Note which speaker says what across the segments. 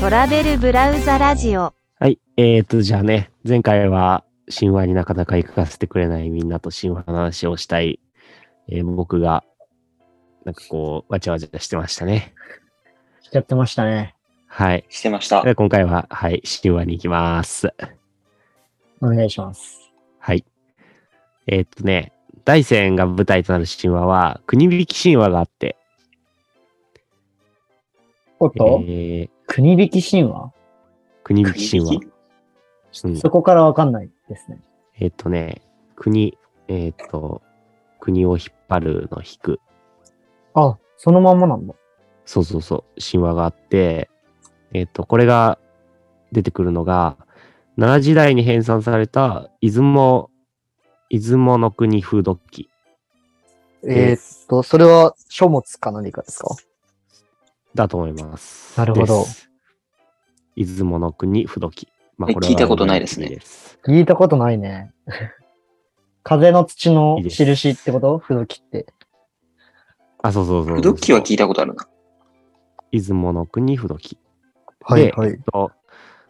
Speaker 1: トラベルブラウザラジオ。
Speaker 2: はい。えーと、じゃあね、前回は神話になかなか行かせてくれないみんなと神話の話をしたい、えー僕が、なんかこう、わちゃわちゃしてましたね。
Speaker 3: しちゃってましたね。
Speaker 2: はい。
Speaker 4: してました
Speaker 2: で。今回は、はい、神話に行きます。
Speaker 3: お願いします。
Speaker 2: はい。えーっとね、大山が舞台となる神話は、国引き神話があって、
Speaker 3: おっ
Speaker 2: え
Speaker 3: と、
Speaker 2: ー、
Speaker 3: 国引き神話
Speaker 2: 国引き神話。うん
Speaker 3: そこからわかんないですね。
Speaker 2: えーっとね、国、えーっと、国を引っ張るの引く。
Speaker 3: あ、そのまんまなんだ。
Speaker 2: そうそうそう、神話があって、えっ、と、これが出てくるのが、奈良時代に編纂された出雲、出雲の国風土記。
Speaker 5: えーっと、それは書物か何かですか
Speaker 2: だと思います。
Speaker 3: なるほど
Speaker 2: です。出雲の国不土記。ま
Speaker 4: え聞いたことないですね
Speaker 2: い
Speaker 3: 聞いたことないね。 風の土の
Speaker 2: いいです
Speaker 3: 印ってこと不動きって。
Speaker 2: あ、そうそうそうそう
Speaker 4: ドッキーは聞いたことあるな。
Speaker 2: 出雲の国不土記。
Speaker 5: はいはい。
Speaker 2: と、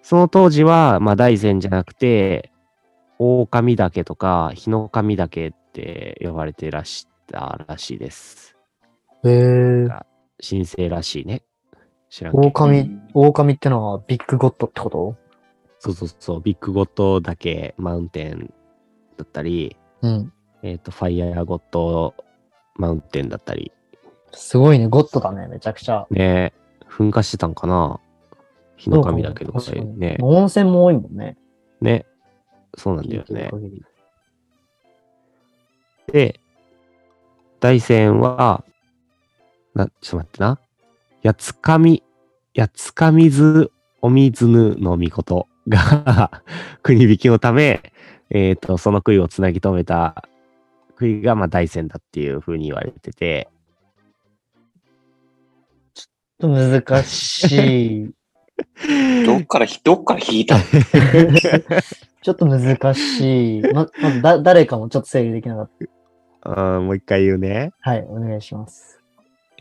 Speaker 2: その当時は、まあ、大山じゃなくて、狼岳とか、日の神岳って呼ばれてらしたらしいです。
Speaker 5: えー、
Speaker 2: 神聖らしいね。知らんけど。
Speaker 5: 狼、狼ってのはビッグゴッドってこと
Speaker 2: そうそうそう、ビッグゴッドだけマウンテンだったり、
Speaker 5: うん。
Speaker 2: えっ、と、ファイヤーゴッドマウンテンだったり、
Speaker 3: すごいね、ゴッドだね、めちゃくちゃ。
Speaker 2: ね噴火してたんかな日の神だけど、こ
Speaker 3: そうか
Speaker 2: れ
Speaker 3: も
Speaker 2: ね。
Speaker 3: 温泉も多いもんね。
Speaker 2: ね。そうなんだよね。で、大戦は、な、ちょっと待ってな。やつかみ、やつかみずおみずぬのみことが、 国引きのため、えっ、と、その杭をつなぎ止めた杭が、まあ、大戦だっていうふうに言われてて、
Speaker 3: ちょっと難しい。
Speaker 4: どっからひ、どっから引い たの
Speaker 3: ちょっと難しい。ま、まずだ、誰かもちょっと整理できなかっ
Speaker 2: うん、もう一回言うね。
Speaker 3: た。はい、お願いします。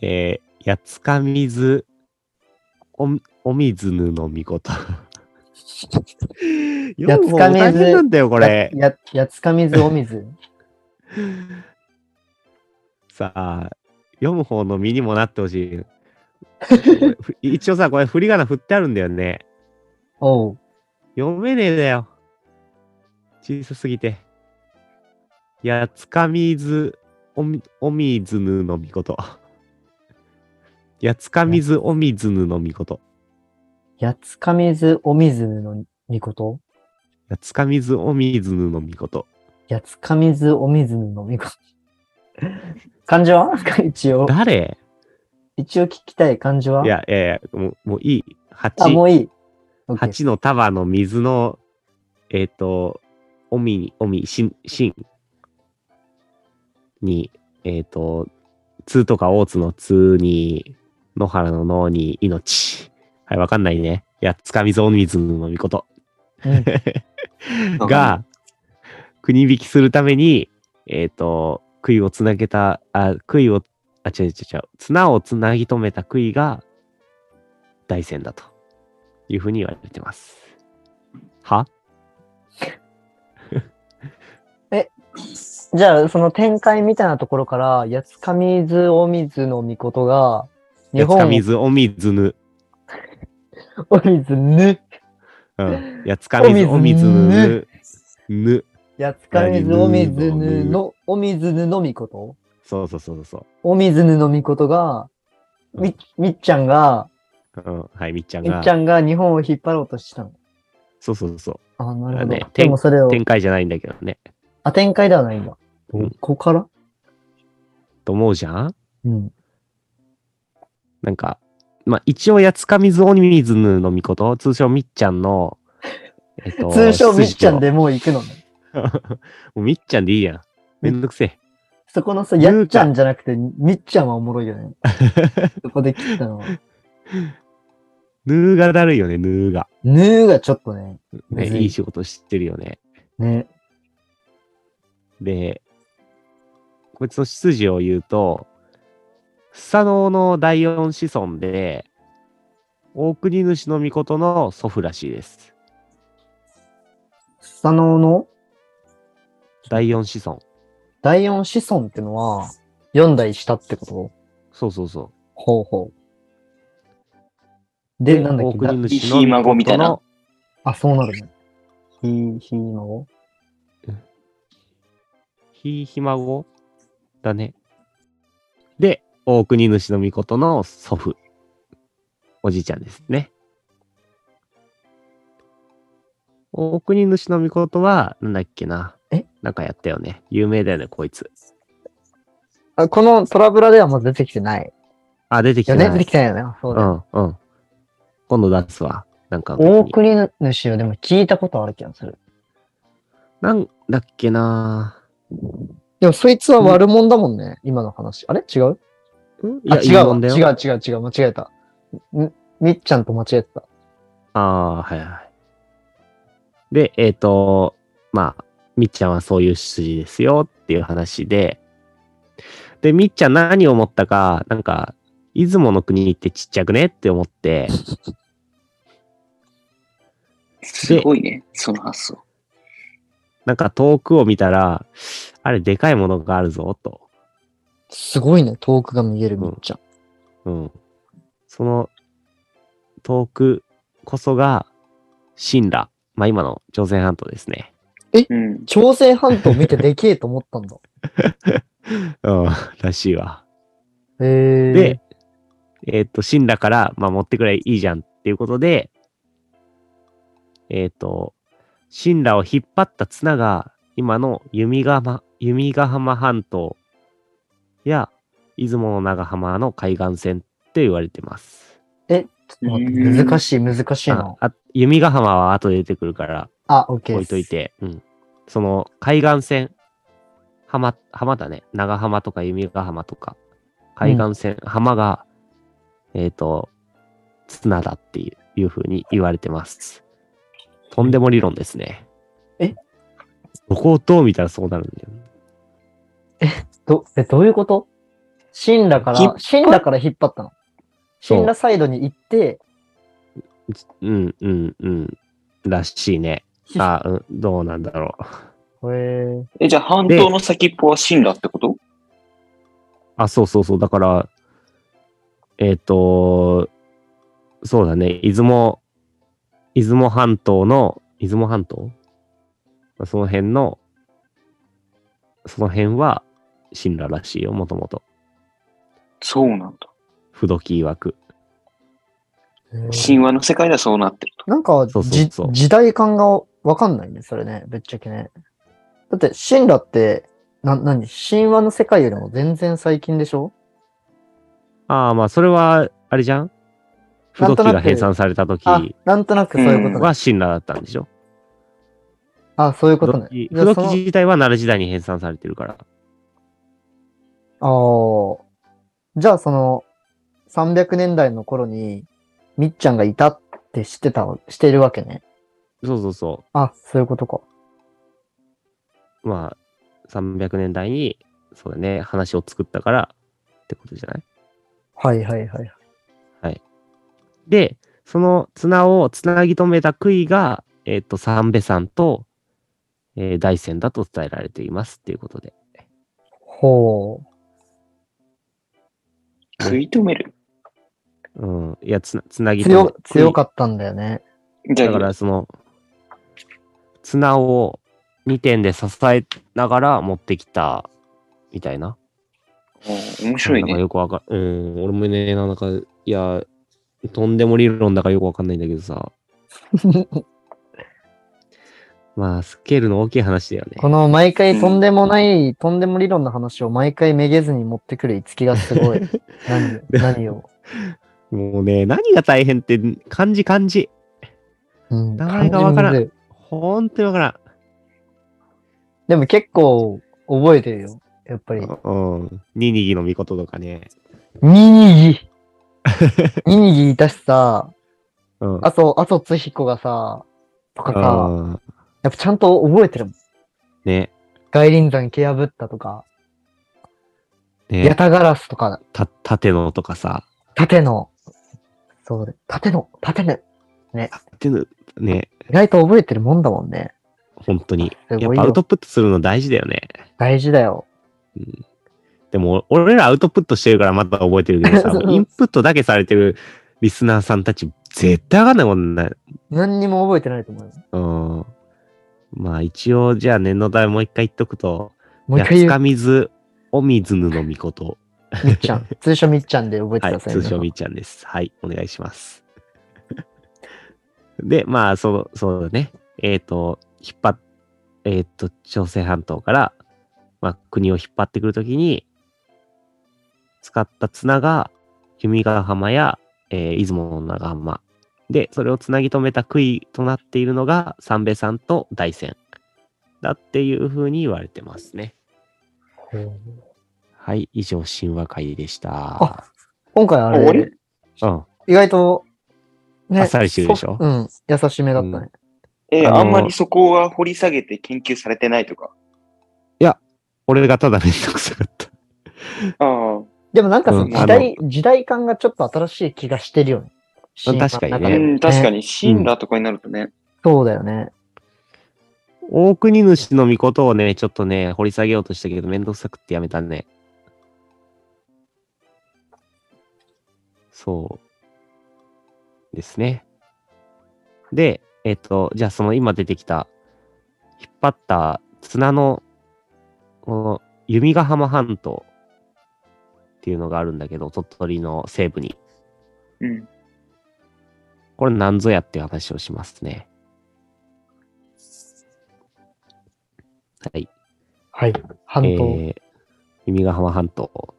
Speaker 2: えー、やつかみずおおみずぬのみ こと。や
Speaker 3: つかみず
Speaker 2: 大変なんだよ、こ
Speaker 3: こ
Speaker 2: れ。
Speaker 3: や、ややつかみずお水。
Speaker 2: さあ、読む方の身にもなってほしい。ふ一応さ、これ振り仮名振ってあるんだよね。
Speaker 3: おう。
Speaker 2: 読めねえだよ。小さすぎて。やつかみずおみおみずぬのみこと。やつかみずおみずぬのみこと。
Speaker 3: やつかみずお水のみこと
Speaker 2: やつかみずおみずぬのみこと。
Speaker 3: やつかみずお水のみこと。漢字は 一応、
Speaker 2: 誰
Speaker 3: 一応聞きたい漢字はい
Speaker 2: や、いやいや、もうもういい。
Speaker 3: あ、も
Speaker 2: 蜂。
Speaker 3: ういい。オッケー
Speaker 2: 蜂の束の水の、えっ、と、おみに、おみ、しん、しんに、えっ、と、つとか大津のつに、野原の脳に命。はい、わかんないね。いや、つかみぞお水のみこと。
Speaker 3: うん
Speaker 2: が、国引きするために、えっ、と、杭をつなげた、あ、杭を、あ、違う違う違う、綱をつなぎ止めた杭が大戦だというふうに言われてます。は
Speaker 3: じゃあ、その展開みたいなところから、やつかみずお水のみことが、日
Speaker 2: やつか
Speaker 3: 本
Speaker 2: みずおみずぬ。
Speaker 3: お水ぬ。
Speaker 2: うん。やつかみずおみずぬ。ぬ。
Speaker 3: やつかみずお水ぬの、お水ぬのみこと
Speaker 2: そうそうそうそ
Speaker 3: お水ぬのみことが、み、みっちゃんが、
Speaker 2: う。うん。はい、みっちゃん
Speaker 3: み
Speaker 2: が。
Speaker 3: っちゃんが日本を引っ張ろうとしてたの。
Speaker 2: そうそうそ
Speaker 3: あ、な
Speaker 2: あ
Speaker 3: るほ
Speaker 2: ね
Speaker 3: ど。でもそれ
Speaker 2: う。
Speaker 3: を、
Speaker 2: 展開じゃないんだけどね。
Speaker 3: あ、展開ではないんだ。
Speaker 2: うん
Speaker 3: どこから
Speaker 2: と思うじゃん
Speaker 3: うん。
Speaker 2: なんか、まあ、一応、やつかみずおみずぬのみこと、通称みっちゃん の、えっと
Speaker 3: 通称みっちゃん。でもう行くのね。
Speaker 2: 出場 もうみっちゃんでいいやん。めんどくせえ。
Speaker 3: そこのさ、やっちゃんじゃなくて、みっちゃんはおもろいよ ね。そこで切ったのは。
Speaker 2: ぬーがだるいよね、ぬーが。
Speaker 3: ぬーがちょっとね、むず
Speaker 2: ね、
Speaker 3: い
Speaker 2: いい仕事してるよね。
Speaker 3: ね。
Speaker 2: で、こいつの出自を言うと、スサノオの第四子孫で、大国主の御事の祖父らしいです。
Speaker 3: スサノオの
Speaker 2: 第四子孫。
Speaker 3: 第四子孫ってのは、4代下ってこと
Speaker 2: そうそうそ
Speaker 3: ほうほう。
Speaker 2: う。
Speaker 3: で、なんだっ
Speaker 2: 大
Speaker 3: け
Speaker 2: 国主の
Speaker 3: だ
Speaker 2: 御事の
Speaker 4: ひ孫みたいな。
Speaker 3: あ、そうなるね。ひ、ひ孫
Speaker 2: ひひ孫だね。で、大国主の御事の祖父。おじいちゃんですね。大国主の御事は、なんだっけな。
Speaker 3: え
Speaker 2: なんかやったよね。有名だよね、こいつ。
Speaker 3: あこのトラブラではまず出てきてない。
Speaker 2: あ、出てき
Speaker 3: よ
Speaker 2: た
Speaker 3: ね出てきてないよね。そう
Speaker 2: う
Speaker 3: だよ。
Speaker 2: ん、うん。今度出すわ。なんかの時に
Speaker 3: 大国主をでも聞いたことある気がする。
Speaker 2: なんだっけな
Speaker 3: でもそいつは悪者だもんね。今の話。あれ違う
Speaker 2: うんい
Speaker 3: あ、違う
Speaker 2: いいも
Speaker 3: わ
Speaker 2: んだよ
Speaker 3: 違う違う違う。間違えた。んみっちゃんと間違えてた。
Speaker 2: ああ、はいはい。で、えっ、と、まあ、みっちゃんはそういう筋ですよっていう話で、で、みっちゃん何を思ったか、なんか、出雲の国ってちっちゃくねって思って、
Speaker 4: すごいね、その発想。
Speaker 2: なんか遠くを見たら、あれ、でかいものがあるぞ、と。
Speaker 3: すごいね。遠くが見えるみっちゃん。
Speaker 2: うん。その、遠くこそが、神羅。まあ今の朝鮮半島ですね。
Speaker 4: うん。
Speaker 3: 朝鮮半島見てでけえと思っ たんだ。
Speaker 2: うん、らしいわ。
Speaker 3: へえ。
Speaker 2: で、、えっ、と、死んだから、まあ、持ってくれいいじゃんっていうことで、えっ、と、死んだを引っ張った綱が、今の弓ヶ浜、弓ヶ浜半島や、出雲の長浜の海岸線って言われてます。
Speaker 3: え、ちょっと待って、
Speaker 4: うん
Speaker 3: 難しい、難しい
Speaker 2: あ
Speaker 3: な。
Speaker 2: あ弓ヶ浜は後で出てくるから、
Speaker 3: あ、オッケー。
Speaker 2: 置いとい。て、うん。その、海岸線、浜、浜だね。長浜とか弓ヶ浜とか、海岸線、浜が、えっ、と、綱だっていういうふうに言われてます。とんでも理論ですね。
Speaker 3: え
Speaker 2: どこをどう見たらそうなるんだよ。
Speaker 3: ど、え、どういうこと死んだか
Speaker 4: 引っ
Speaker 3: ら、死んだから引っ張ったの。
Speaker 2: そう
Speaker 3: 死んだサイドに行って、
Speaker 2: うん、うん、うん。らしいね。あ、うん、どうなんだろう。
Speaker 3: へえ。
Speaker 4: え、じゃあ半島の先っぽは神羅ってこと
Speaker 2: あ、そうそうそう。だから、えっ、と、そうだね。出雲、出雲半島の、出雲半島その辺の、その辺は、神羅らしいよ、もともと。
Speaker 4: そうなんだ。
Speaker 2: 不動き曰く。
Speaker 4: 神話の世界ではそうなってると。
Speaker 3: なんか
Speaker 2: そうそう
Speaker 3: じ
Speaker 2: そう
Speaker 3: 時代感がわかんないね、それね、ぶっちゃけね。だって、神羅って、な、なに、神話の世界よりも全然最近でしょ
Speaker 2: ああ、まあ、それは、あれじゃん不
Speaker 3: なん
Speaker 2: 動き
Speaker 3: となく
Speaker 2: が編纂された時
Speaker 3: あ
Speaker 2: は、
Speaker 3: なんとなくそういうことね。
Speaker 2: 神羅だったんでしょ
Speaker 3: あ、そういうこ
Speaker 2: 不
Speaker 3: と
Speaker 2: 動
Speaker 3: ね。
Speaker 2: き
Speaker 3: じゃあその
Speaker 2: 自体は奈良時代に編纂されてるから。
Speaker 3: ああ。じゃあ、その、300年代の頃に、みっちゃんがいたって知ってた、してるわけね。
Speaker 2: そうそうそう。
Speaker 3: あ、そういうことか。
Speaker 2: まあ、300年代に、そうだね、話を作ったからってことじゃない
Speaker 3: はいはいはい。
Speaker 2: で、その綱をつなぎ止めた杭が、えっ、と、三瓶山と、えー大山だと伝えられていますっていうことで。
Speaker 3: ほ
Speaker 4: 食い止める。
Speaker 2: うん。いや、つなつな
Speaker 3: う。
Speaker 2: ぎ止め
Speaker 3: 強、強
Speaker 2: っ
Speaker 3: かったんだよね。
Speaker 4: じゃ
Speaker 2: だか
Speaker 4: あ、
Speaker 2: ら、その、綱を2点で支えながら持ってきた、みたいな。
Speaker 4: うん面白い
Speaker 2: なんか
Speaker 4: ね。
Speaker 2: よくわかうん、俺もね、なんか、いや、とんでも理論だからよくわかんないんだけど さ。まあ、スケールの大きい話だよね。
Speaker 3: この毎回とんでもない、とんでも理論の話を毎回めげずに持ってくるいつきが すごい。何、何を。
Speaker 2: もうね、何が大変って、漢字漢字。
Speaker 3: うん。
Speaker 2: 名前がわからん
Speaker 3: 感じむずい
Speaker 2: ほんとにわからん。
Speaker 3: でも結構覚えてるよ。やっぱり。
Speaker 2: うん。ニニギの御事とかね。
Speaker 3: ニニ ギ。ニニギいたしさ、
Speaker 2: うん。
Speaker 3: あと、あとつひこがさ、とかさ、
Speaker 2: あー
Speaker 3: やっぱちゃんと覚えてるもん。
Speaker 2: ね。
Speaker 3: 外輪山蹴破ったとか、
Speaker 2: ね
Speaker 3: ヤタガラスとか、
Speaker 2: た、縦のとかさ。
Speaker 3: 縦の、そうで、縦の、縦の。
Speaker 2: っていうのね、
Speaker 3: 意外と覚えてるもんだもんね。
Speaker 2: 本当に。
Speaker 3: すごい
Speaker 2: や
Speaker 3: よ
Speaker 2: っぱアウトプットするの大事だよね。
Speaker 3: 大事だよ。
Speaker 2: うんでも、俺らアウトプットしてるからまだ覚えてるけどさ
Speaker 3: そう、
Speaker 2: インプットだけされてるリスナーさんたち、絶対わかんないもんね。
Speaker 3: 何にも覚えてないと思うよ。
Speaker 2: うん。まあ、一応、じゃあ念のためもう一回言っとくと、
Speaker 3: もう一
Speaker 2: や
Speaker 3: 回
Speaker 2: つ
Speaker 3: 言
Speaker 2: か
Speaker 3: う。
Speaker 2: みず、おみずぬのみこと。
Speaker 3: みっちゃん。通称みっちゃんで覚えて
Speaker 2: は
Speaker 3: く
Speaker 2: い、
Speaker 3: ださい、
Speaker 2: 通称みっちゃんです。はい、お願いします。 で、まあ、その、そうだね。えっ、と、引っ張っ、えっ、と、朝鮮半島から、まあ、国を引っ張ってくるときに、使った綱が、弓ヶ浜や、えー出雲の長浜。で、それをつなぎ止めた杭となっているのが、三瓶山と大山。だっていうふうに言われてますね。
Speaker 3: ほう
Speaker 2: はい、以上、神話会でした。
Speaker 3: あ今回あ
Speaker 4: あ終わ
Speaker 3: れ、
Speaker 2: うん。
Speaker 3: 意外と、
Speaker 2: あっさりしてるでしょ
Speaker 3: そうん。優しめだったね。
Speaker 4: えー
Speaker 2: あのー
Speaker 4: あんまりそこは掘り下げて研究されてないとか。
Speaker 2: 俺がただめんどくさかった。
Speaker 4: ああ、
Speaker 3: でもなんかその
Speaker 2: うん
Speaker 3: 時代、時代感がちょっと新しい気がしてるよね。
Speaker 2: うん確かにね
Speaker 3: 神話の中
Speaker 4: う
Speaker 3: で
Speaker 4: ん、確かに、シンラーとかになるとね。
Speaker 3: そうだよね。
Speaker 2: 大国主の御事をね、ちょっとね、掘り下げようとしたけど、めんどくさくってやめたね。そう。ですね。で、えっ、と、じゃあその今出てきた、引っ張った綱の、この、弓ヶ浜半島っていうのがあるんだけど、鳥取の西部に。
Speaker 4: うん。
Speaker 2: これなんぞやっていう話をしますね。はい。
Speaker 3: はい。半島。
Speaker 2: えー弓ヶ浜半島。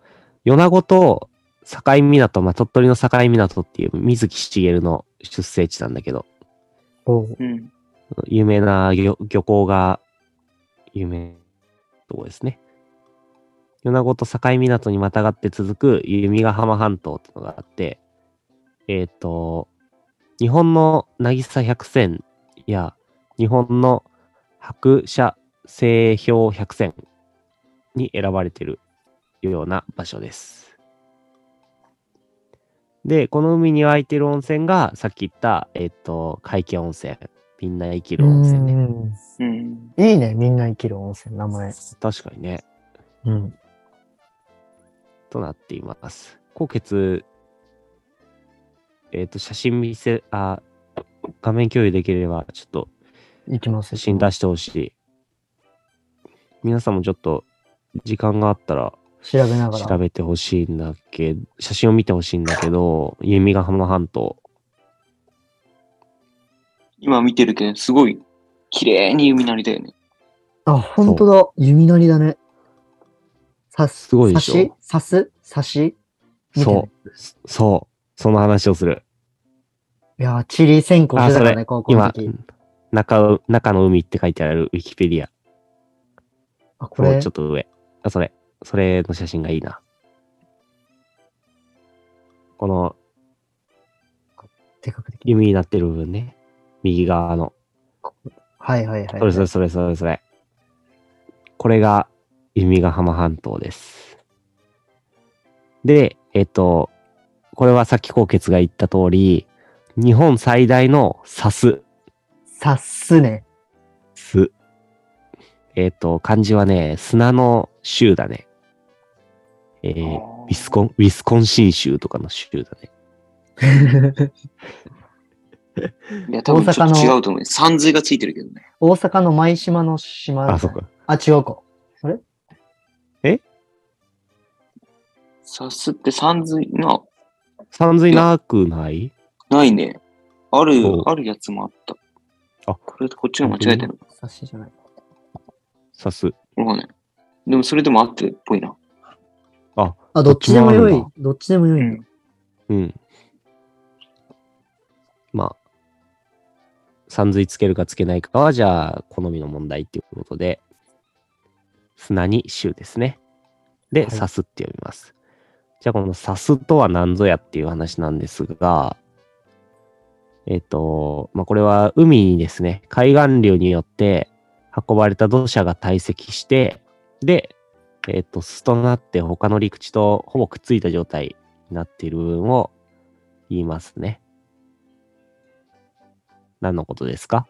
Speaker 2: 米子と境港、まあ、鳥取の境港っていう水木しげるの出生地なんだけど、
Speaker 3: おう
Speaker 4: うん。
Speaker 2: 有名な漁漁港が有名なとこですね。米子と境港にまたがって続く弓ヶ浜半島っていうのがあって、えっ、と、日本の渚百選や日本の白車製氷百選に選ばれてるような場所です。で、この海に湧いてる温泉が、さっき言った、えっ、と、海峡温泉。みんな生きる温泉ね。
Speaker 4: うん。
Speaker 3: うんいいね、みんな生きる温泉、名前。
Speaker 2: 確かにね、
Speaker 3: うん。
Speaker 2: となっています。高血、えっ、と、写真見せ、あ、画面共有できれば、ちょっと
Speaker 3: 行きま
Speaker 2: 写
Speaker 3: す
Speaker 2: 真出してほしい。皆さんもちょっと、時間があったら、
Speaker 3: 調べなが
Speaker 2: 調
Speaker 3: ら。
Speaker 2: べてほしいんだけど、写真を見てほしいんだけど、弓ヶ浜半島。
Speaker 4: 今見てるけど、すごい、綺麗に海なりだよね。
Speaker 3: あ、本当だ。弓なりだね。刺す。
Speaker 2: すごいでしょ
Speaker 3: 刺し刺す刺し見てね
Speaker 2: そう、そう、その話をする。
Speaker 3: いやー、チリ線香してたから
Speaker 2: あそ
Speaker 3: ね、高校の
Speaker 2: 今
Speaker 3: 時。、
Speaker 2: 中う、中の海って書いてあるウィキペディア。
Speaker 3: あ、こ
Speaker 2: これ
Speaker 3: れ
Speaker 2: ちょっ、と上。あ、それ。それの写真がいいな。この
Speaker 3: でかくできる。
Speaker 2: 弓になってる部分ね。右側の。
Speaker 3: はいはいはい
Speaker 2: そ
Speaker 3: は
Speaker 2: れ
Speaker 3: い。
Speaker 2: それそれそれそれ。これが弓ヶ浜半島です。で、えっと、これはさっき高傑が言った通り、日本最大のサス、
Speaker 3: 刺すね。
Speaker 2: ス。えっと、漢字はね、砂の州だね。えーウィスコン、ウィスコンシン州とかの州だね。
Speaker 4: ン。いや、多分ちょっと違うと思う。さんずいがついてるけどね。
Speaker 3: 大阪の舞島の島だね。
Speaker 2: あ、そうか。
Speaker 3: あ、違うか。
Speaker 4: さすってさんずいな、
Speaker 2: さんずいなくない
Speaker 4: ないね。ある
Speaker 2: そう、
Speaker 4: あるやつもあった。
Speaker 2: あ
Speaker 4: これとこっちが間違えてるの
Speaker 3: 刺しじゃない。
Speaker 2: サス。
Speaker 4: わかんない。でもそれでもあってっぽいな。
Speaker 3: あ、どっちでもよ
Speaker 2: どっちもある
Speaker 3: い
Speaker 2: んだ。
Speaker 3: どっちでもよい んだ。
Speaker 2: うん。まあ、さんずいつけるかつけないかは、じゃあ、好みの問題っていうことで、砂に臭ですね。で、
Speaker 3: はい
Speaker 2: 刺すって読みます。じゃあ、この刺すとは何ぞやっていう話なんですが、えっ、と、まあ、これは海にですね、海岸流によって運ばれた土砂が堆積して、で、えっ、と、巣となって他の陸地とほぼくっついた状態になっている部分を、言いますね。何のことですか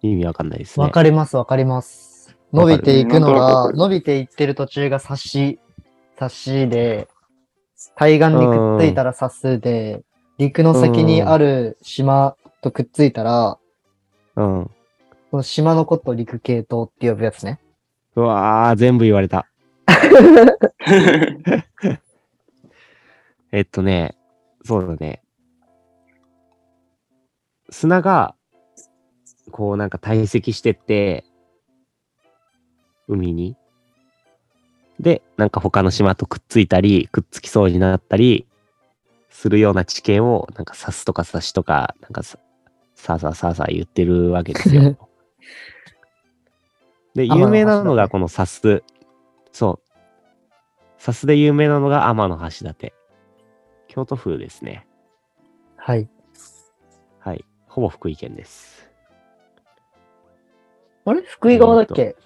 Speaker 2: 意味わかんないですね。
Speaker 3: わかります、わかります。伸びていくの
Speaker 4: わか
Speaker 3: が、
Speaker 4: る
Speaker 3: 伸びていってる途中が差し、差しで、対岸にくっついたら差すで、陸の先にある島とくっついたら、
Speaker 2: うん。
Speaker 3: その島のことを陸系統って呼ぶやつね。
Speaker 2: うわー、全部言われた。えっとね、そうだね。砂が、こうなんか堆積してって、海に。で、なんか他の島とくっついたり、くっつきそうになったり、するような地形を、なんか刺すとか刺しとか、なんかさ、さあさあさあさあ言ってるわけです よ。で、
Speaker 3: 天
Speaker 2: 有
Speaker 3: の橋
Speaker 2: 名
Speaker 3: だね
Speaker 2: なのがこのサス。そう。サスで有名なのが天の橋立。京都風ですね。
Speaker 3: はい。
Speaker 2: はい。ほぼ福井県です。
Speaker 3: あれ福井側だっけ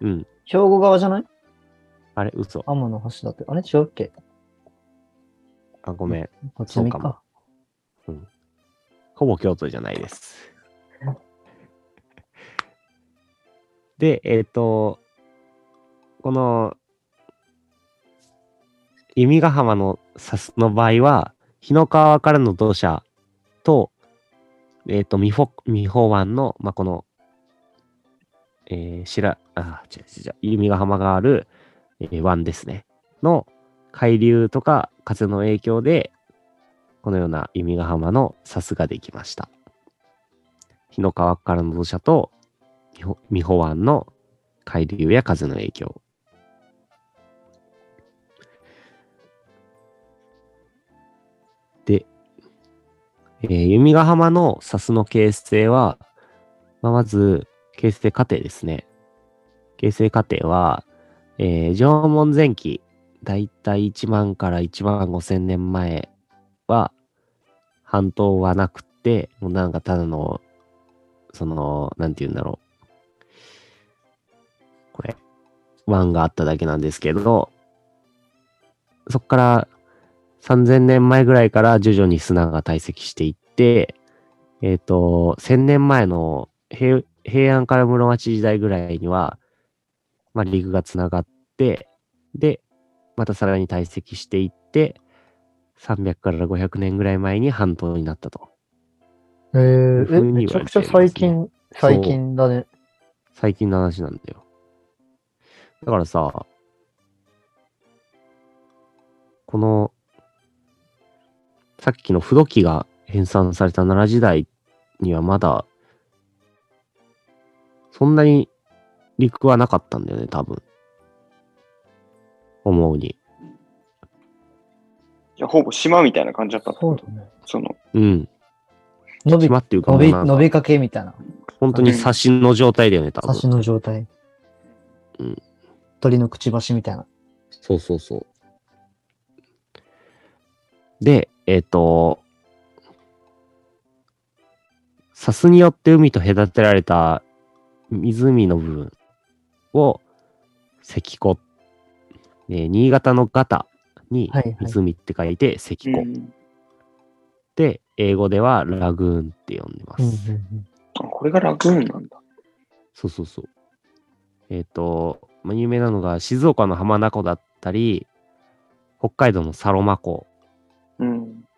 Speaker 2: うん。
Speaker 3: 兵庫側じゃない
Speaker 2: あれ、嘘。
Speaker 3: 天の橋だって。あれ違うっけ
Speaker 2: あ、ごめん。
Speaker 3: こっちみ
Speaker 2: そうか
Speaker 3: か。
Speaker 2: ほぼ京都じゃないです。で、えっ、と、この、弓ヶ浜の砂の場合は、日の川からの土砂と、えっ、と、美保、美保湾の、まあ、この、えー、白、あ、違う違う違う、弓ヶ浜がある、えー湾ですね。の海流とか風の影響で、このような弓ヶ浜の砂スができました。日の川からの土砂と美保美保湾の海流や風の影響。で、えー弓ヶ浜の砂スの形成は、まあ、まず形成過程ですね。形成過程は、えー縄文前期、だいたい1万から1万5千年前は半島はなくて、もうなんかただの、その、なんて言うんだろう。これ、湾があっただけなんですけど、そこから3000年前ぐらいから徐々に砂が堆積していって、えっ、と、1000年前の平平安から室町時代ぐらいには、まあ、陸がつながって、で、またさらに堆積していって、300から500年ぐらい前に半島になったと。
Speaker 3: えー、
Speaker 2: 風
Speaker 3: え、
Speaker 2: に
Speaker 3: め
Speaker 2: 言
Speaker 3: ち
Speaker 2: われ
Speaker 3: ゃく
Speaker 2: て
Speaker 3: ちゃ最近、
Speaker 2: そう
Speaker 3: 最近だね。
Speaker 2: 最近の話なんだよ。だからさ、この、さっきの不土器が編纂された奈良時代にはまだ、そんなに陸はなかったんだよね、多分。思うに。
Speaker 4: いや、ほぼ島みたいな感じだったっ
Speaker 3: そ
Speaker 4: てこ
Speaker 3: う
Speaker 4: と
Speaker 3: だね。
Speaker 4: その、
Speaker 2: うん。
Speaker 3: 伸び、
Speaker 2: 島っていうか
Speaker 3: 伸
Speaker 2: もう
Speaker 3: び、
Speaker 2: なん
Speaker 3: 伸
Speaker 2: か、
Speaker 3: びかけみたいな。
Speaker 2: 本当に差しの状態だよね、多
Speaker 3: 差
Speaker 2: 分。
Speaker 3: しの状態。
Speaker 2: うん
Speaker 3: 鳥のくちばしみたいな。
Speaker 2: そうそうそう。で、えっ、と、砂スによって海と隔てられた湖の部分を石湖、えー新潟の潟に
Speaker 3: はいはい
Speaker 2: 湖って書いて石湖、
Speaker 4: うん
Speaker 2: で英語ではラグーンって呼んでます。
Speaker 4: あこれがラグーンなんだ。
Speaker 2: そうそうそう。えっ、と、まあ、有名なのが静岡の浜名湖だったり、北海道のサロマ湖
Speaker 4: うん。
Speaker 2: だ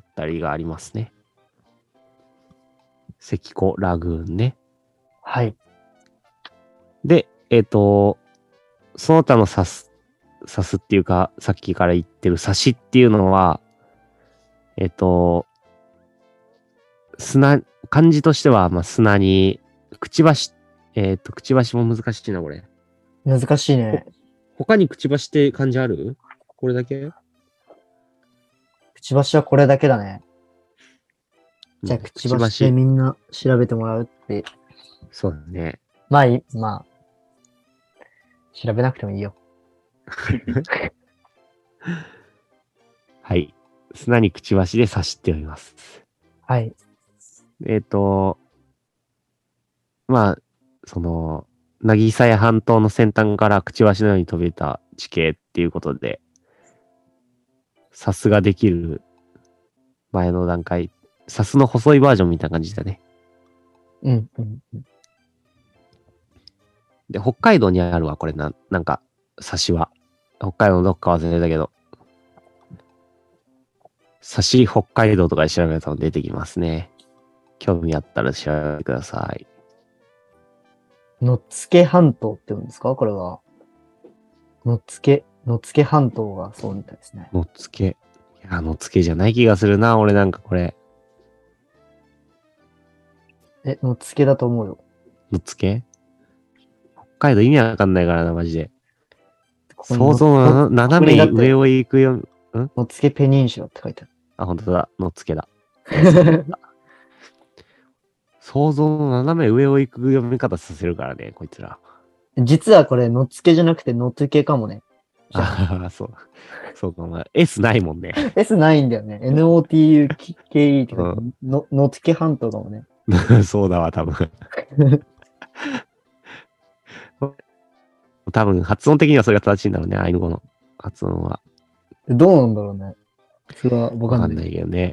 Speaker 2: ったりがありますね。関湖ラグーンね。
Speaker 3: はい。
Speaker 2: で、えっ、と、その他のサス、サスっていうか、さっきから言ってるサシっていうのは、えっ、と、砂、漢字としては、まあ、砂に、くちばし、えっ、と、くちばしも難しいな、これ。
Speaker 3: 難しいね。
Speaker 2: 他にくちばしって漢字あるこれだけ
Speaker 3: くちばしはこれだけだね。じゃあ、くちばしでみんな調べてもらうって。
Speaker 2: そうだね。
Speaker 3: まあいい、まあ。調べなくてもいいよ。
Speaker 2: はい。砂にくちばしで刺しております。
Speaker 3: はい。
Speaker 2: えっ、と、まあ、その、渚や半島の先端からくちばしのように飛び出た地形っていうことで、さすができる前の段階、サスの細いバージョンみたいな感じだね。
Speaker 3: うん、うん。
Speaker 2: で、北海道にあるわ、これな、なんか、サシは。北海道のどっか忘れたけど。サシ北海道とかで調べたの出てきますね。興味あったら調べてください。
Speaker 3: のっつけ半島って言うんですかこれは。のっつけ、のっつけ半島がそうみたいですね。
Speaker 2: のっつけ。いや、のっつけじゃない気がするな、俺なんかこれ。
Speaker 3: え、のっつけだと思うよ。
Speaker 2: のっつけ北海道意味わかんないからな、マジで。
Speaker 3: ここに
Speaker 2: 想像
Speaker 3: の
Speaker 2: の斜め
Speaker 3: ここ
Speaker 2: に
Speaker 3: にだって
Speaker 2: 上を行くよ。
Speaker 3: のっつけペニンシュラって書いて
Speaker 2: あ、本当だ。のっつけだ。
Speaker 3: あ る。
Speaker 2: 想像の斜め上を行く読み方させるからね、こいつら。
Speaker 3: 実はこれ、のっつけじゃなくて、のっつけかもね。
Speaker 2: ああ、そう。そうか、お前。S ないもんね。
Speaker 3: S ないんだよね。NOTUKE って書いて
Speaker 2: う
Speaker 3: の、のっつけ半島かもね。
Speaker 2: そうだわ、多 分。多分、発音的にはそれが正しいんだろうね、アイヌ語の発音は。
Speaker 3: どうなんだろうね。それはわ
Speaker 2: わ
Speaker 3: か
Speaker 2: か
Speaker 3: ん
Speaker 2: ん
Speaker 3: な。
Speaker 2: ないいけどね。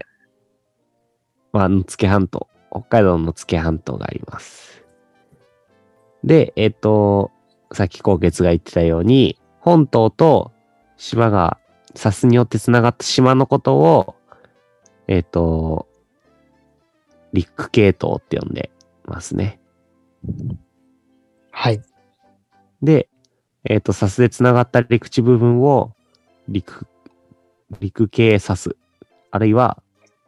Speaker 2: まあ、野付半島。北海道の野付半島があります。で、えっ、と、さっき高月が言ってたように、本島と島が、サスによってつながった島のことを、えっ、と、陸系統って呼んでますね。
Speaker 3: はい。
Speaker 2: で、えっ、と、サスでつながった陸地部分を、陸、陸系サス、あるいは、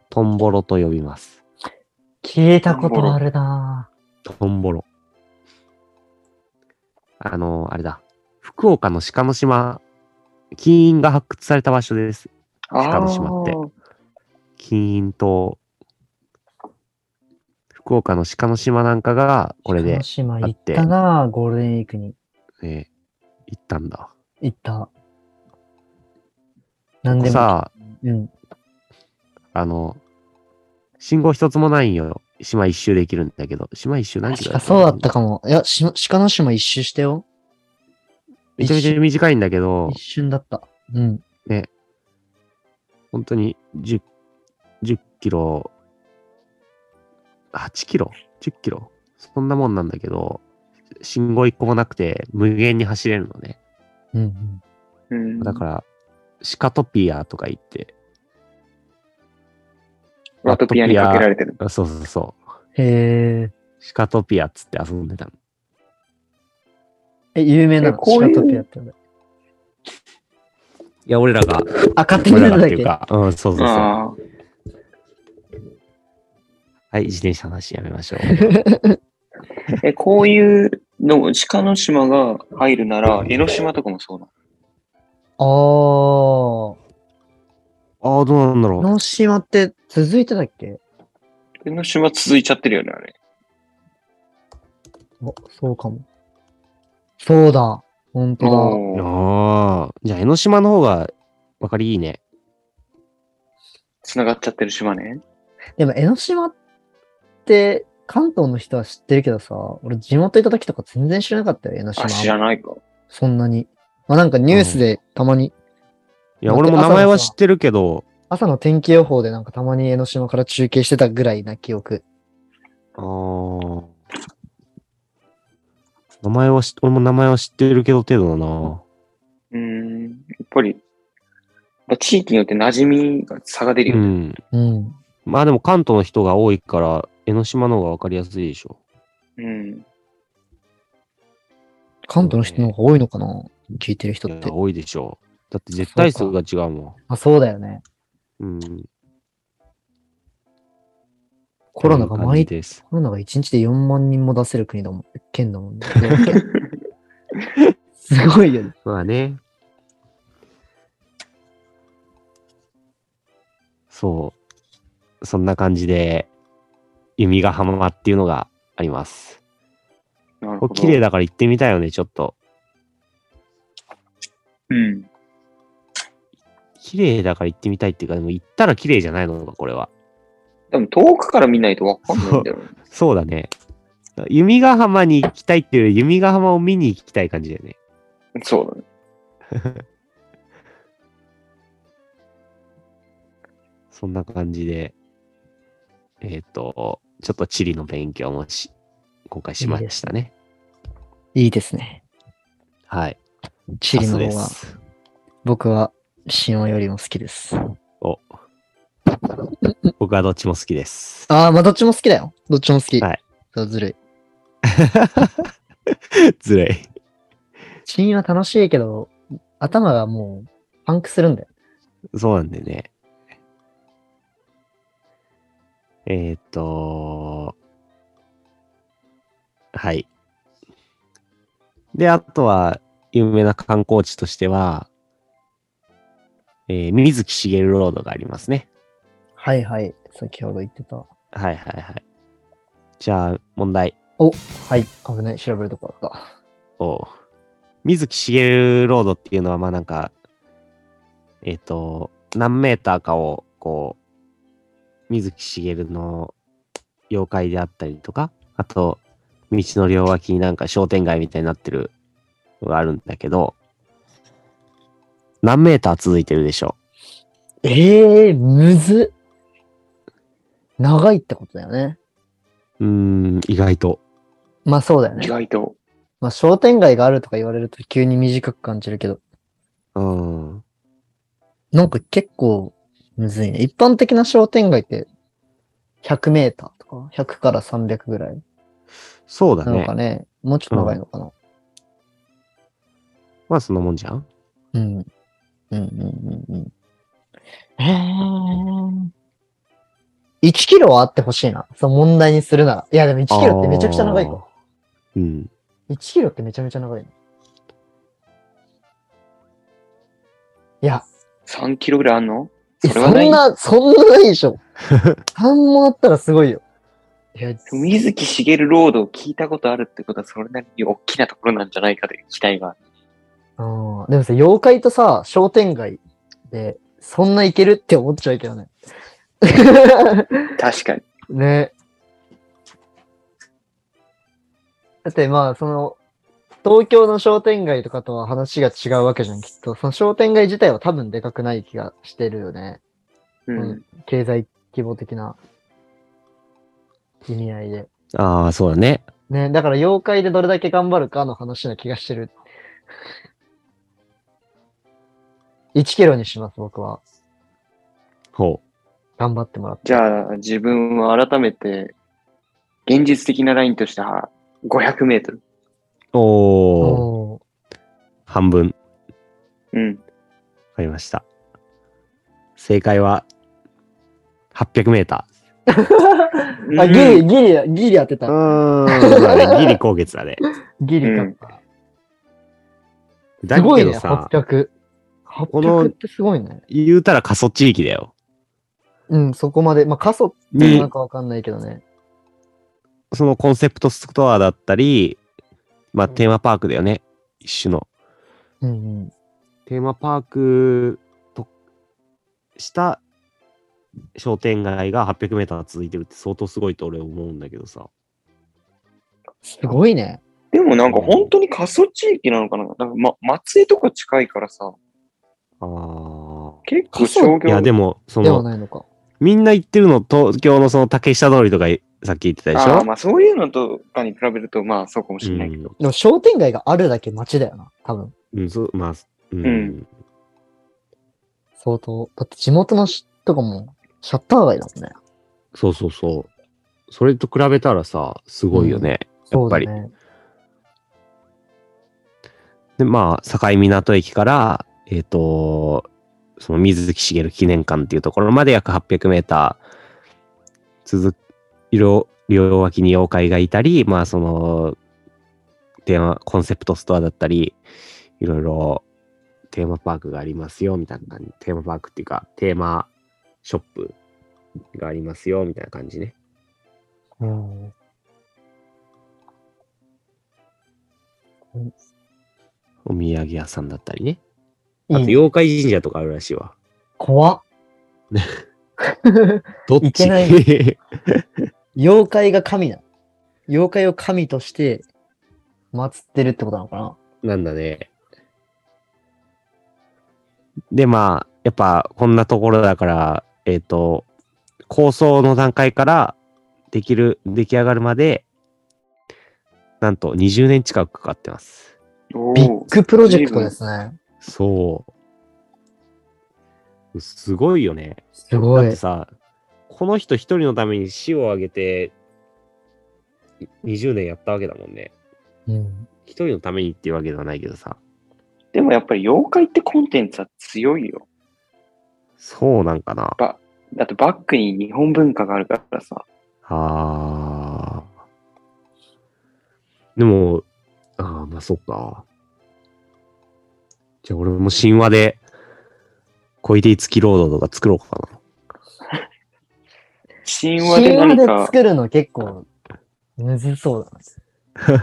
Speaker 2: トンボロと呼びます。
Speaker 3: 聞いたことあるな
Speaker 2: トンボロ。あの、あれだ。福岡の鹿の島、金印が発掘された場所です。鹿の島って
Speaker 4: あー
Speaker 2: 金印島。福岡の鹿の島なんかが、これ
Speaker 3: ぁ。鹿
Speaker 2: で
Speaker 3: の、島
Speaker 2: あ
Speaker 3: 行
Speaker 2: っ
Speaker 3: ってたなぁ。ゴールデンウィークに
Speaker 2: えー行ったんだ。
Speaker 3: 行った。なんでも。
Speaker 2: さあ、
Speaker 3: うん。
Speaker 2: あの、信号一つもないんよ。島一周できるんだけど、島一周何キ
Speaker 3: 確
Speaker 2: ロ
Speaker 3: かそうだった
Speaker 2: か。
Speaker 3: かも。いや、し鹿の島一周したよ。
Speaker 2: めちゃめちゃ短いんだけど
Speaker 3: 一、瞬だった。うん。
Speaker 2: 本当に10、10キロ、8キロ ?10 キロそんなもんなんだけど、信号一個もなくて無限に走れるのね。
Speaker 3: うんうん。
Speaker 4: うん
Speaker 2: だから、シカトピアとか言って、
Speaker 4: ワトピアにかけられてる。
Speaker 2: あそうそうそ
Speaker 3: へ
Speaker 2: う、シカトピアっつって遊んでたの。
Speaker 3: え。え、有名な
Speaker 4: え
Speaker 3: の
Speaker 4: こういう
Speaker 3: 鹿トピアっての
Speaker 2: いや、俺ら が、
Speaker 3: あ、勝手に
Speaker 2: 俺
Speaker 3: 出
Speaker 2: らが
Speaker 3: た
Speaker 2: っ
Speaker 3: だ
Speaker 2: ていう
Speaker 3: け。
Speaker 2: か、うん、そうそうそう。は
Speaker 4: ああ、
Speaker 2: い、自転車の話やめましょう。
Speaker 4: え、こういうの、鹿の島が入るなら、江ノ島とかもそうなの。
Speaker 3: あー。
Speaker 2: ああ、どうなんだろう。
Speaker 3: の島って続いてたっけ
Speaker 4: 江ノ島続いちゃってるよね、あれ。
Speaker 3: お、そうかも。そうだ。ほんと
Speaker 4: おー
Speaker 2: ああ、じゃあ江ノ島の方が分かりいいね。
Speaker 4: 繋がっちゃってる島ね。
Speaker 3: だ。でも、江ノ島って、関東の人は知ってるけどさ、俺地元行った時とか全然知らなかったよ、江ノ島。
Speaker 4: あ、知らないか。
Speaker 3: そんなに。まあなんかニュースでたまに、
Speaker 2: いや、
Speaker 3: だっ
Speaker 2: 俺
Speaker 3: て
Speaker 2: も名前は
Speaker 3: 朝の
Speaker 2: 知
Speaker 3: さ
Speaker 2: ってるけど、
Speaker 3: 朝の天気予報でなんかたまに江ノ島から中継してたぐらいな記憶。
Speaker 2: あー名前はし、俺も名前は知ってるけど程度だな。
Speaker 4: うーん、やっぱり、まあ地域によって馴染みが差が出る
Speaker 2: う
Speaker 4: よね。
Speaker 2: ん。
Speaker 3: うん。
Speaker 2: まあでも関東の人が多いから、江ノ島の方が分かりやすいでしょ。
Speaker 4: うん。
Speaker 3: 関東の人の方が多いのかな聞いてる人
Speaker 2: い
Speaker 3: って
Speaker 2: や。多いでしょ。だって絶対数
Speaker 3: そう
Speaker 2: が
Speaker 3: か
Speaker 2: 違うも
Speaker 3: あ、そうだよね。
Speaker 2: ん。うん。
Speaker 3: コロナが毎
Speaker 2: という感じです。
Speaker 3: コロナが1日で4万人も出せる国だもん。県だ もんね。4県すごいよね。
Speaker 2: まあね。そう。そんな感じで、弓ヶ浜っていうのがあります。
Speaker 4: なる
Speaker 2: こ
Speaker 4: ほ
Speaker 2: れ
Speaker 4: ど。
Speaker 2: 綺麗。だから行ってみたいよね、ちょっと。
Speaker 4: うん。
Speaker 2: 綺麗だから行ってみたいっていうか、でも行ったら綺麗じゃないのか、これは。
Speaker 4: 多分遠くから見ないとわかんないんだよね。
Speaker 2: そうだね。弓ヶ浜に行きたいっていうより、弓ヶ浜を見に行きたい感じだよね。
Speaker 4: そうだね。
Speaker 2: そんな感じで、えっ、と、ちょっと地理の勉強もし、今回しましたね。
Speaker 3: いいですね。
Speaker 2: はい。
Speaker 3: チリの
Speaker 2: 明
Speaker 3: 方
Speaker 2: 日
Speaker 3: が
Speaker 2: で、す。
Speaker 3: 僕は、シオンよりも好きです。
Speaker 2: 僕はどっちも好きです。
Speaker 3: ああ、まあ、どっちも好きだよ。どっちも好き。
Speaker 2: はい
Speaker 3: そうずるい。
Speaker 2: ずるい。
Speaker 3: シーンは楽しいけど、頭がもう、パンクするんだよ。
Speaker 2: そうなんでね。えーっ、と、はい。で、あとは、有名な観光地としては、えー水木しげるロードがありますね。
Speaker 3: はいはい。先ほど言ってた。
Speaker 2: はいはいはい。じゃあ、問題。
Speaker 3: はい。危ない。調べるとこだった。
Speaker 2: おう水木しげるロードっていうのは、まあなんか、えっ、と、何メーターかを、こう、水木しげるの妖怪であったりとか、あと、道の両脇になんか商店街みたいになってるのがあるんだけど、何メーター続いてるでしょ
Speaker 3: ええー、むずっ。長いってことだよね。
Speaker 2: ううーん、意外と。
Speaker 3: まあそうだよ
Speaker 4: 意
Speaker 3: ね。
Speaker 4: 外と。
Speaker 3: まあ商店街があるとか言われると急に短く感じるけど、
Speaker 2: うん。
Speaker 3: なんか結構むずいね。一般的な商店街って100メーターとか、100から300ぐらい
Speaker 2: そうだ
Speaker 3: なの
Speaker 2: ね
Speaker 3: か。ね。もうちょっと長いのかな。
Speaker 2: まあそんなもんじゃん。
Speaker 3: うん。うんうんうんうん。えー、1キロはあってほしいな。その問題にするなら。いやでも1キロってめちゃくちゃ長い
Speaker 2: あー
Speaker 3: か。
Speaker 2: うん。
Speaker 3: 1キロってめちゃめちゃ長いの。いや、
Speaker 4: 3キロぐらいあんの
Speaker 3: え
Speaker 4: それ
Speaker 3: そ
Speaker 4: はない
Speaker 3: んな、そんなないでしょ。3もあったらすごいよ。いや、
Speaker 4: 水木しげるロードを聞いたことあるってことは、それなりに大きなところなんじゃないかという期待がある。
Speaker 3: うんでもさ、妖怪とさ、商店街で、そんないけるって思っちゃうけどね。
Speaker 4: 確かに。
Speaker 3: ね。だってまあ、その、東京の商店街とかとは話が違うわけじゃん、きっと。その商店街自体は多分でかくない気がしてるよね。
Speaker 4: うん。
Speaker 3: うん経済規模的な意味合いで。
Speaker 2: ああ、そうだね。
Speaker 3: ね、だから妖怪でどれだけ頑張るかの話な気がしてる。1キロにします、僕は。
Speaker 2: ほ
Speaker 3: 頑張ってもらって。
Speaker 4: じゃあ、自分は改めて、現実的なラインとしては、500メートル。
Speaker 2: う。おー。
Speaker 3: おー
Speaker 2: 半分。
Speaker 4: うん。
Speaker 2: わかりました。正解は、800メータ
Speaker 3: あ、ギリ、
Speaker 4: うん
Speaker 3: ギリ、ギリ当て
Speaker 2: ー。
Speaker 3: た。
Speaker 2: ーん。そうだね。ギリ高月 だね。
Speaker 3: ギリか。
Speaker 4: うん
Speaker 2: だ
Speaker 3: すご
Speaker 2: け
Speaker 3: いね、
Speaker 2: どさ、
Speaker 3: 800。
Speaker 2: この
Speaker 3: 800ってすごいね。
Speaker 2: 言うたら過疎地域だよ。
Speaker 3: うん、そこまで。まあ、過疎って
Speaker 2: に
Speaker 3: なんかわかんないけどね。
Speaker 2: そのコンセプトストアだったり、まあ、
Speaker 3: うん
Speaker 2: テーマパークだよね。一種の。
Speaker 3: うんうん。
Speaker 2: テーマパークとした商店街が800メーター続いてるって相当すごいと俺思うんだけどさ。
Speaker 3: すごいね。
Speaker 4: でもなんか本当に過疎地域なのかななんか、ま、松江とか近いからさ、
Speaker 2: ああ。
Speaker 4: 結
Speaker 3: 過疎
Speaker 4: 構商業。
Speaker 2: いや、でも、そ
Speaker 3: では
Speaker 2: の、
Speaker 3: ないのか。
Speaker 2: みんな行ってるの、東京のその竹下通りとかいさっき言ってたでし
Speaker 4: ああ
Speaker 2: ょ
Speaker 4: まあそういうのとかに比べると、まあそうかもしれないけど。
Speaker 3: でも商店街があるだけ街だよな、多分。
Speaker 2: うん、そう、まあ、うん。
Speaker 4: うん
Speaker 3: 相当。だって地元のしとかもシャッター街だもんね。
Speaker 2: そうそうそう。それと比べたらさ、すごいよね。やっぱり
Speaker 3: そうだね。
Speaker 2: で、まあ、境港駅から、えっ、と、その水木しげる記念館っていうところまで約800メーター続く、両両脇に妖怪がいたり、まあ、その、テーマ、コンセプトストアだったり、いろいろテーマパークがありますよ、みたいな感じ。テーマパークっていうか、テーマショップがありますよ、みたいな感じね。
Speaker 3: うん。
Speaker 2: お土産屋さんだったりね。あと、
Speaker 3: いいね
Speaker 2: 妖怪神社とかあるらしいわ。
Speaker 3: 怖っ。
Speaker 2: どっち
Speaker 3: いけない 妖怪が神だ。妖怪を神として祀ってるってことなのかな
Speaker 2: なんだね。で、まあ、やっぱ、こんなところだから、えっ、と、構想の段階からできる、出来上がるまで、なんと20年近くかかってます。
Speaker 4: お
Speaker 3: ビ
Speaker 4: ー
Speaker 3: ッグプロジェクトですね。
Speaker 2: そう。すごいよね。
Speaker 3: す
Speaker 2: だ
Speaker 3: ご
Speaker 2: って
Speaker 3: い。
Speaker 2: さ、この人一人のために死を挙げて、い20年やったわけだもんね。
Speaker 3: うん、
Speaker 2: 一人のためにっていうわけではないけどさ。
Speaker 4: でもやっぱり妖怪ってコンテンツは強いよ。
Speaker 2: そうなんかな。
Speaker 4: だってバックに日本文化があるからさ。
Speaker 2: あー。でも、あー、まあそっか。じゃあ俺も神話で、小出付きロードとか作ろうかな。
Speaker 4: 神話
Speaker 3: 神話
Speaker 4: で何
Speaker 3: で
Speaker 4: か、
Speaker 3: 作るの結構むずそうだな。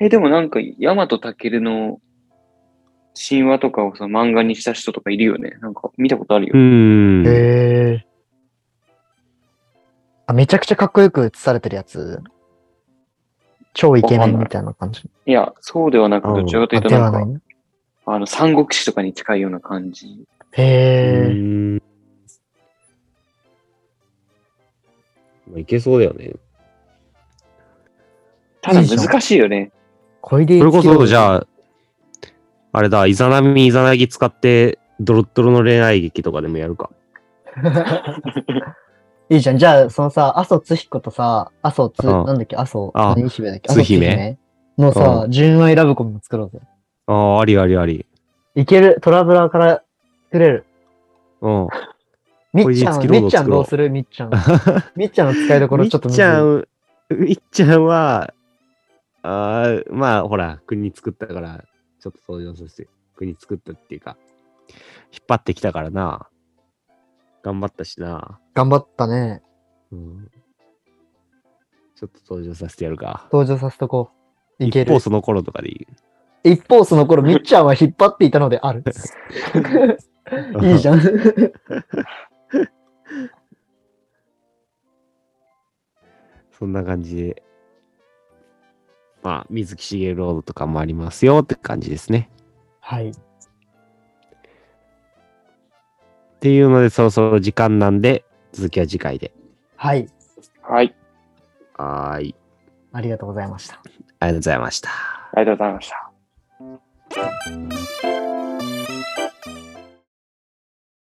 Speaker 4: え、でもなんか、ヤマトタケルの神話とかをさ、漫画にした人とかいるよね。なんか、見たことあるよ。
Speaker 2: うーん。
Speaker 3: へえ。あ、めちゃくちゃかっこよく映されてるやつ。超イケメンみたいな感じ。
Speaker 4: いや、そうではなく、
Speaker 2: うん
Speaker 4: どちらかとい
Speaker 3: あ、
Speaker 4: うと
Speaker 3: で
Speaker 4: な
Speaker 3: は
Speaker 4: ん
Speaker 3: ない
Speaker 4: か、
Speaker 3: ね。
Speaker 4: あの、三国志とかに近いような感じ。
Speaker 2: う
Speaker 3: へえ。
Speaker 2: ーんまあいけそうだよね。
Speaker 4: ただ
Speaker 3: いいじゃん
Speaker 4: 難しいよね。
Speaker 3: 小出
Speaker 2: それこそ、じゃ
Speaker 3: あ。
Speaker 2: あ、あれだ、イザナミ、イザナギ使って、ドロッドロの恋愛劇とかでもやるか。
Speaker 3: いいじゃん。じゃあ、そのさ、麻生津彦とさ、麻生つ、
Speaker 2: うん
Speaker 3: なんだっけ、麻生、
Speaker 2: あ
Speaker 3: 何姫だっけ、
Speaker 2: 津姫
Speaker 3: 麻生のさ、純愛ラブコメも作ろうぜ。
Speaker 2: ああ、ありありあり。
Speaker 3: いける、トラブラーから作れる。
Speaker 2: うん。
Speaker 3: みっちゃ
Speaker 2: 小出月ロード
Speaker 3: ん、みっちゃん
Speaker 2: 作ろう
Speaker 3: どうするみっちゃん。 みっちゃんの使いどこ
Speaker 2: み
Speaker 3: ろ
Speaker 2: っ
Speaker 3: ちょっとむず
Speaker 2: ち
Speaker 3: い
Speaker 2: ゃん、みっちゃんは、あーまあ、ほら、国作ったから、ちょっと登場させて、国作ったっていうか、引っ張ってきたからな。頑張ったしな。
Speaker 3: 頑張ったね。
Speaker 2: うん。ちょっと登場させてやるか。
Speaker 3: 登場させとこう。いけ
Speaker 2: 一
Speaker 3: る
Speaker 2: 方。その頃とかでいい。
Speaker 3: 一方、その頃、みっちゃんは引っ張っていたので ある。 いいじゃん。
Speaker 2: そんな感じで、まあ、水木しげるロードとかもありますよって感じですね。
Speaker 3: はい。
Speaker 2: っていうので、そろそろ時間なんで、続きは次回で。
Speaker 3: はい。
Speaker 4: はい。
Speaker 2: はーい。
Speaker 3: ありがとうございました。
Speaker 2: ありがとうございました。
Speaker 4: ありがとうございました。